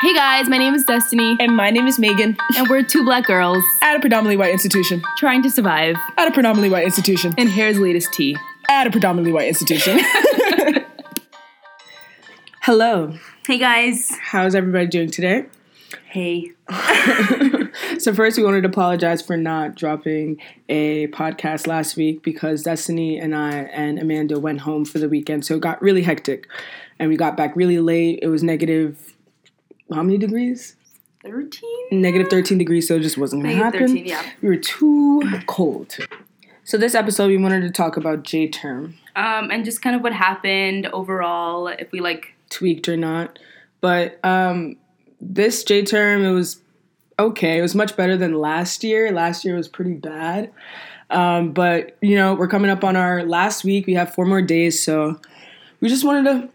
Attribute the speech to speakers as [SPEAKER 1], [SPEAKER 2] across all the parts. [SPEAKER 1] Hey guys, my name is Destiny,
[SPEAKER 2] And my name is Megan.
[SPEAKER 1] and we're two black girls
[SPEAKER 2] At a predominantly white institution.
[SPEAKER 1] trying to survive
[SPEAKER 2] At a predominantly white institution.
[SPEAKER 1] in hair's latest tea.
[SPEAKER 2] At a predominantly white institution. Hello.
[SPEAKER 1] Hey guys.
[SPEAKER 2] How's everybody doing today?
[SPEAKER 1] Hey.
[SPEAKER 2] So first, we wanted to apologize for not dropping a podcast last week because Destiny and I and Amanda went home for the weekend, so it got really hectic, and we got back really late. It was negative how many degrees?
[SPEAKER 1] 13?
[SPEAKER 2] Negative thirteen degrees, so it just wasn't gonna happen.
[SPEAKER 1] Negative 13, yeah.
[SPEAKER 2] We were too cold. So this episode, we wanted to talk about J term,
[SPEAKER 1] Um, and just kind of what happened overall, if we like.
[SPEAKER 2] tweaked or not, but um, this J term, it was okay. It was much better than last year. Last year was pretty bad. Um, but, you know, we're coming up on our last week. We have four more days. So we just wanted to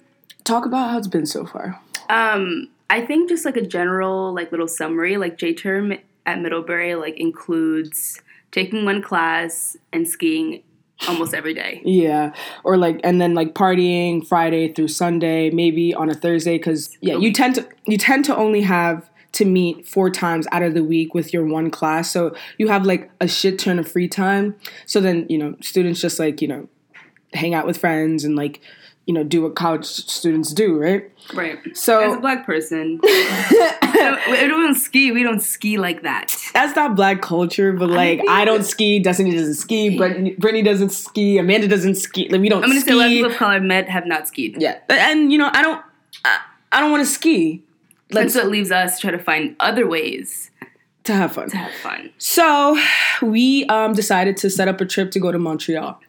[SPEAKER 2] talk about how it's been so far.
[SPEAKER 1] Um, I think just like a general like little summary, like J term at Middlebury like includes taking one class and skiing almost every day.
[SPEAKER 2] Yeah. Or like, and then like partying Friday through Sunday, maybe on a Thursday. Cause yeah, you tend to, you tend to only have to meet four times out of the week with your one class. So you have like a shit ton of free time. So then, you know, students just like, you know, hang out with friends and like, you know, do what college students do, right?
[SPEAKER 1] Right.
[SPEAKER 2] So-
[SPEAKER 1] as a black person, we don't- we don't ski. We don't ski like that.
[SPEAKER 2] that's not black culture, but like
[SPEAKER 1] think-
[SPEAKER 2] I, don't ski, Destiny doesn't ski, Brittany, Brittany doesn't ski, Amanda doesn't ski. Like we don't
[SPEAKER 1] I'm gonna say a lot of
[SPEAKER 2] ski.
[SPEAKER 1] people of color I met have not skied.
[SPEAKER 2] yeah, and you know I don't, I, I don't want to ski
[SPEAKER 1] And so it leaves us to try to find other ways
[SPEAKER 2] to have fun.
[SPEAKER 1] to have fun.
[SPEAKER 2] So we um decided to set up a trip to go to Montreal.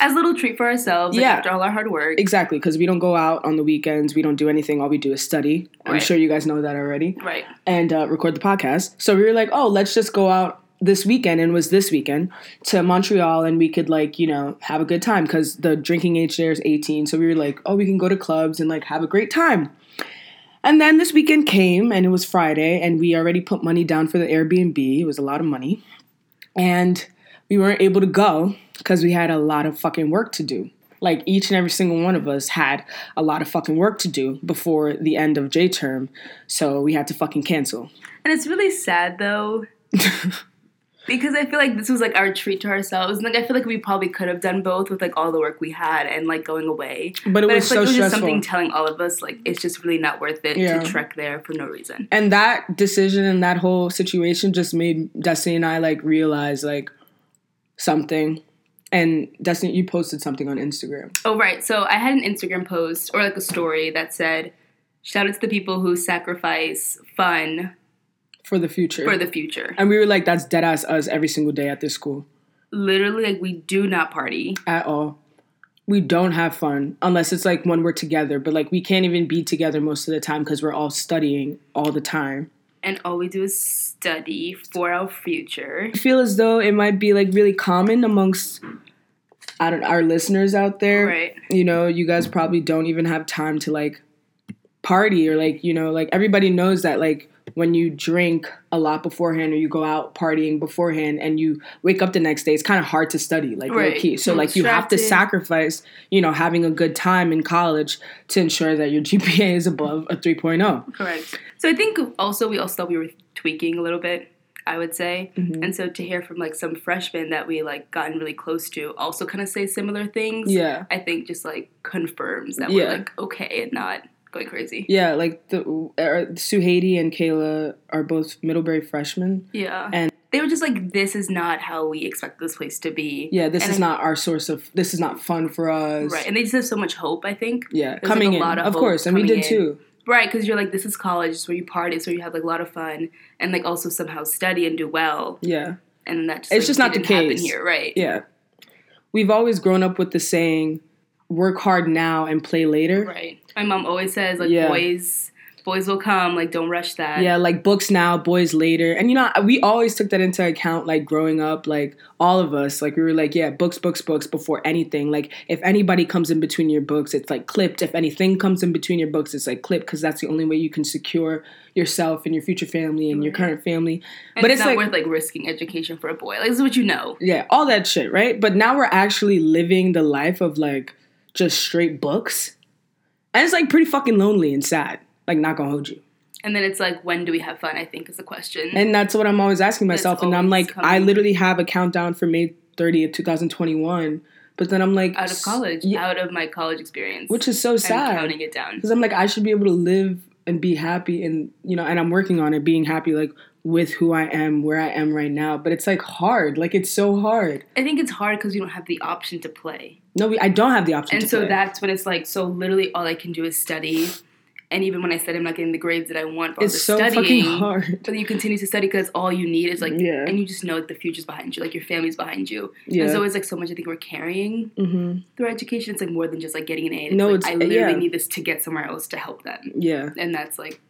[SPEAKER 1] As a little treat for ourselves, like
[SPEAKER 2] Yeah.
[SPEAKER 1] after all our hard work.
[SPEAKER 2] Exactly, because we don't go out on the weekends. We don't do anything. All we do is study. I'm
[SPEAKER 1] Right.
[SPEAKER 2] sure you guys know that already.
[SPEAKER 1] Right.
[SPEAKER 2] and uh, record the podcast. So we were like, oh, let's just go out this weekend, and it was this weekend to Montreal, and we could like you know have a good time because the drinking age there is eighteen. So we were like, oh, we can go to clubs and like have a great time. And then this weekend came, and it was Friday, and we already put money down for the Airbnb. It was a lot of money, and we weren't able to go because we had a lot of fucking work to do. Like each and every single one of us had a lot of fucking work to do before the end of J term, so we had to fucking cancel.
[SPEAKER 1] And it's really sad though. because I feel like this was like our treat to ourselves. And like I feel like we probably could have done both with like all the work we had and like going away.
[SPEAKER 2] But it
[SPEAKER 1] But
[SPEAKER 2] was
[SPEAKER 1] it's
[SPEAKER 2] so
[SPEAKER 1] like it was just
[SPEAKER 2] stressful.
[SPEAKER 1] something telling all of us like it's just really not worth it
[SPEAKER 2] Yeah.
[SPEAKER 1] to trek there for no reason.
[SPEAKER 2] and that decision and that whole situation just made Destiny and I like realize like something. And Destiny, you posted something on Instagram.
[SPEAKER 1] Oh right. So I had an Instagram post or like a story that said, Shout out to the people who sacrifice fun
[SPEAKER 2] For the future.
[SPEAKER 1] for the future.
[SPEAKER 2] and we were like, that's dead ass us every single day at this school.
[SPEAKER 1] Literally, like we do not party.
[SPEAKER 2] At all. We don't have fun unless it's like when we're together, but like we can't even be together most of the time because we're all studying all the time.
[SPEAKER 1] and all we do is study for our future.
[SPEAKER 2] I feel as though it might be like really common amongst I don't our listeners out there.
[SPEAKER 1] Right.
[SPEAKER 2] You know, you guys probably don't even have time to like party or like, you know, like everybody knows that like when you drink a lot beforehand or you go out partying beforehand and you wake up the next day, it's kind of hard to study, like
[SPEAKER 1] Right.
[SPEAKER 2] low key. So
[SPEAKER 1] You're
[SPEAKER 2] like you have to
[SPEAKER 1] distracted.
[SPEAKER 2] sacrifice, you know, having a good time in college to ensure that your GPA is above a oh. 3.0.
[SPEAKER 1] Correct. So I think also we also thought we were tweaking a little bit, I would say.
[SPEAKER 2] Mm-hmm.
[SPEAKER 1] And so to hear from like some freshmen that we like gotten really close to also kind of say similar things.
[SPEAKER 2] Yeah.
[SPEAKER 1] I think just like confirms that
[SPEAKER 2] Yeah.
[SPEAKER 1] we're like okay and not going crazy.
[SPEAKER 2] Yeah, like the uh, Suhadi and Kayla are both Middlebury freshmen.
[SPEAKER 1] Yeah.
[SPEAKER 2] And-
[SPEAKER 1] they were just like this is not how we expect this place to be.
[SPEAKER 2] yeah, this
[SPEAKER 1] And
[SPEAKER 2] is
[SPEAKER 1] I-
[SPEAKER 2] not our source of this is not fun for us.
[SPEAKER 1] Right. And they just have so much hope, I think.
[SPEAKER 2] Yeah,
[SPEAKER 1] There's, like,
[SPEAKER 2] coming
[SPEAKER 1] a
[SPEAKER 2] in,
[SPEAKER 1] lot
[SPEAKER 2] of,
[SPEAKER 1] of hope
[SPEAKER 2] course, and we did
[SPEAKER 1] coming in.
[SPEAKER 2] too.
[SPEAKER 1] Right, because you're like, this is college, it's where you party, it's where you have like a lot of fun, and like also somehow study and do well,
[SPEAKER 2] Yeah,
[SPEAKER 1] and that's
[SPEAKER 2] It's just not the case.
[SPEAKER 1] here, right?
[SPEAKER 2] yeah. We've always grown up with the saying, "Work hard now and play later."
[SPEAKER 1] Right. My mom always says like,
[SPEAKER 2] Yeah.
[SPEAKER 1] boys, boys will come, like don't rush that.
[SPEAKER 2] Yeah, like books now, boys later, and you know we always took that into account. Like growing up, like all of us, like we were like, yeah, books, books, books before anything. Like if anybody comes in between your books, it's like clipped. If anything comes in between your books, it's like clipped because that's the only way you can secure yourself and your future family and your current family.
[SPEAKER 1] And
[SPEAKER 2] but
[SPEAKER 1] it's, not
[SPEAKER 2] like
[SPEAKER 1] worth like risking education for a boy. Like this is what you know.
[SPEAKER 2] yeah, all that shit, right? But now we're actually living the life of like just straight books. And it's like pretty fucking lonely and sad. Like not gonna hold you.
[SPEAKER 1] And then it's like, when do we have fun? I think is the question.
[SPEAKER 2] And that's what I'm always asking
[SPEAKER 1] That's
[SPEAKER 2] myself. And I'm
[SPEAKER 1] always
[SPEAKER 2] like, I
[SPEAKER 1] coming.
[SPEAKER 2] literally have a countdown for May 30th, 2021. But then I'm like,
[SPEAKER 1] out of college,
[SPEAKER 2] Yeah,
[SPEAKER 1] out of my college experience,
[SPEAKER 2] which is so
[SPEAKER 1] I'm
[SPEAKER 2] sad.
[SPEAKER 1] counting it down.
[SPEAKER 2] Because I'm like, I should be able to live and be happy. And, you know, and I'm working on it, being happy, like with who I am, where I am right now. But it's like hard. Like, it's so hard.
[SPEAKER 1] I think it's hard because we don't have the option to play.
[SPEAKER 2] No, we, I don't have the option.
[SPEAKER 1] and
[SPEAKER 2] to
[SPEAKER 1] so
[SPEAKER 2] play.
[SPEAKER 1] that's when it's like so literally all i can do is study and even when i study i'm not getting the grades that i want but
[SPEAKER 2] it's so
[SPEAKER 1] studying
[SPEAKER 2] fucking hard.
[SPEAKER 1] but you continue to study because all you need is like
[SPEAKER 2] Yeah.
[SPEAKER 1] and you just know like the future's behind you like your family's behind you
[SPEAKER 2] Yeah.
[SPEAKER 1] there's always like so much i think we're carrying
[SPEAKER 2] hmm
[SPEAKER 1] through education it's like more than just like getting an a
[SPEAKER 2] No,
[SPEAKER 1] like,
[SPEAKER 2] it's-
[SPEAKER 1] i literally
[SPEAKER 2] yeah.
[SPEAKER 1] need this to get somewhere else to help them
[SPEAKER 2] Yeah.
[SPEAKER 1] and that's like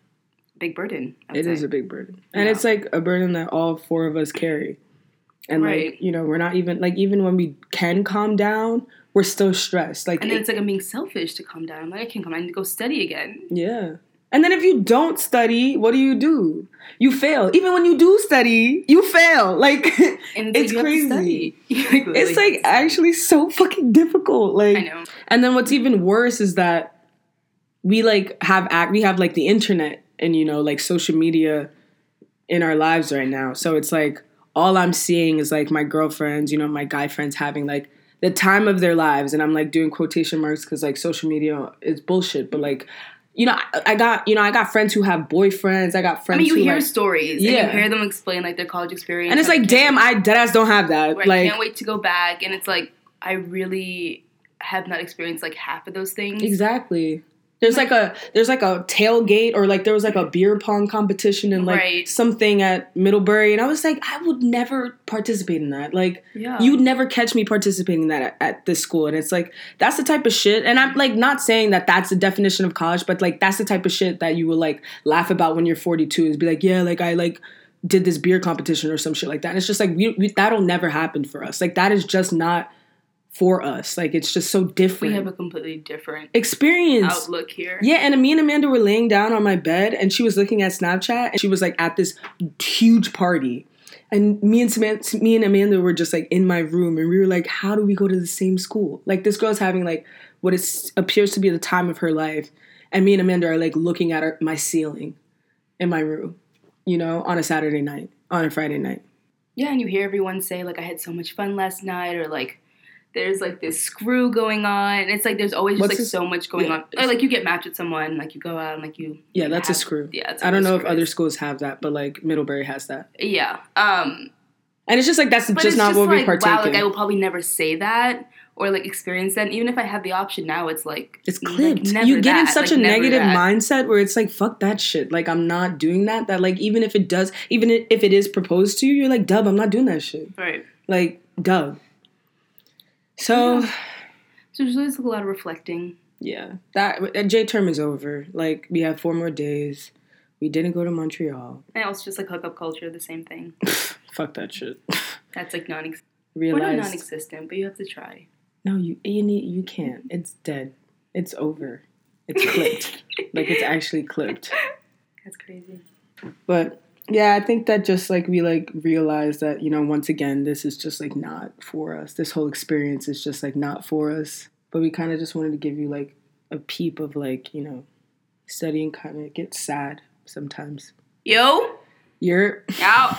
[SPEAKER 1] a big burden I would
[SPEAKER 2] It is
[SPEAKER 1] say.
[SPEAKER 2] a big burden. And
[SPEAKER 1] Yeah.
[SPEAKER 2] it's like a burden that all four of us carry. And like,
[SPEAKER 1] Right.
[SPEAKER 2] you know, we're not even like even when we can calm down, we're still stressed. Like,
[SPEAKER 1] and then
[SPEAKER 2] it-
[SPEAKER 1] it's like i'm being selfish to calm down i'm like i can't come i need to go study again
[SPEAKER 2] yeah. And then if you don't study, what do you do? You fail. Even when you do study, you fail. Like
[SPEAKER 1] and
[SPEAKER 2] it's
[SPEAKER 1] like, you have to
[SPEAKER 2] crazy.
[SPEAKER 1] study. You, like, literally
[SPEAKER 2] It's like
[SPEAKER 1] have to study.
[SPEAKER 2] actually so fucking difficult. Like
[SPEAKER 1] i know
[SPEAKER 2] And then what's even worse is that we like have act we have like the internet and you know like social media in our lives right now. So it's like all I'm seeing is like my girlfriends, you know, my guy friends having like the time of their lives and I'm like doing quotation marks cuz like social media is bullshit, but like you know, I, I got you know, I got friends who have boyfriends. I got
[SPEAKER 1] I
[SPEAKER 2] friends
[SPEAKER 1] mean, you
[SPEAKER 2] who
[SPEAKER 1] hear
[SPEAKER 2] like,
[SPEAKER 1] stories.
[SPEAKER 2] Yeah.
[SPEAKER 1] And you hear them explain like their college experience.
[SPEAKER 2] and it's like, damn, I deadass don't have that.
[SPEAKER 1] where I
[SPEAKER 2] like,
[SPEAKER 1] can't wait to go back. And it's like, I really have not experienced like half of those things.
[SPEAKER 2] Exactly. There's like a there's like a tailgate or like there was like a beer pong competition and like
[SPEAKER 1] Right.
[SPEAKER 2] something at Middlebury and I was like I would never participate in that. Like
[SPEAKER 1] Yeah.
[SPEAKER 2] you'd never catch me participating in that at, at this school and it's like that's the type of shit and I'm like not saying that that's the definition of college but like that's the type of shit that you will like laugh about when you're 42 is be like yeah like I like did this beer competition or some shit like that and it's just like we, we that'll never happen for us. Like that is just not for us. Like it's just so
[SPEAKER 1] we
[SPEAKER 2] different.
[SPEAKER 1] have a completely different
[SPEAKER 2] experience
[SPEAKER 1] outlook here.
[SPEAKER 2] yeah, and me and Amanda were laying down on my bed, and she was looking at Snapchat, and she was like at this huge party, and me and Samantha, me and Amanda were just like in my room, and we were like, "How do we go to the same school?" Like this girl's having like what is appears to be the time of her life, and me and Amanda are like looking at our, my ceiling in my room, you know, on a Saturday night, on a Friday night.
[SPEAKER 1] Yeah, and you hear everyone say like, I had so much fun last night, or like. There's like this screw going on. and It's like there's always just
[SPEAKER 2] What's
[SPEAKER 1] like
[SPEAKER 2] this-
[SPEAKER 1] so much going
[SPEAKER 2] yeah.
[SPEAKER 1] on. Or like you get matched with someone, like you go out and like you.
[SPEAKER 2] Yeah,
[SPEAKER 1] you
[SPEAKER 2] that's
[SPEAKER 1] have-
[SPEAKER 2] a screw.
[SPEAKER 1] Yeah, that's
[SPEAKER 2] I don't
[SPEAKER 1] what a
[SPEAKER 2] know if
[SPEAKER 1] screw
[SPEAKER 2] other
[SPEAKER 1] is.
[SPEAKER 2] schools have that, but like Middlebury has that,
[SPEAKER 1] Yeah. Um,
[SPEAKER 2] and it's just like that's
[SPEAKER 1] But
[SPEAKER 2] just
[SPEAKER 1] it's
[SPEAKER 2] not
[SPEAKER 1] just
[SPEAKER 2] what
[SPEAKER 1] like,
[SPEAKER 2] we partake
[SPEAKER 1] Wow, like
[SPEAKER 2] in.
[SPEAKER 1] I will probably never say that or like experience that. And even if I have the option now, it's like
[SPEAKER 2] It's
[SPEAKER 1] like,
[SPEAKER 2] clipped.
[SPEAKER 1] never
[SPEAKER 2] you get in
[SPEAKER 1] that,
[SPEAKER 2] such
[SPEAKER 1] like,
[SPEAKER 2] a
[SPEAKER 1] never
[SPEAKER 2] negative
[SPEAKER 1] that.
[SPEAKER 2] mindset where it's like, fuck that shit. Like, I'm not doing that. That, like, even if it does, even i- if it is proposed to you, you're like, dub, I'm not doing that shit.
[SPEAKER 1] Right.
[SPEAKER 2] Like, dub. So,
[SPEAKER 1] So there's always a lot of reflecting.
[SPEAKER 2] yeah, that uh, J term is over. Like, we have four more days. We didn't go to Montreal.
[SPEAKER 1] And also just like hookup culture, the same thing.
[SPEAKER 2] Fuck that shit.
[SPEAKER 1] That's like non existent. Or not non
[SPEAKER 2] Realized.
[SPEAKER 1] existent, but you have to try.
[SPEAKER 2] No, you, you, need, you can't. It's dead. It's over. It's clipped. like, it's actually clipped.
[SPEAKER 1] That's crazy.
[SPEAKER 2] But yeah, I think that just like we like realize that, you know, once again, this is just like not for us. This whole experience is just like not for us. But we kind of just wanted to give you like a peep of like, you know, studying kind of gets sad sometimes.
[SPEAKER 1] Yo,
[SPEAKER 2] You're
[SPEAKER 1] out.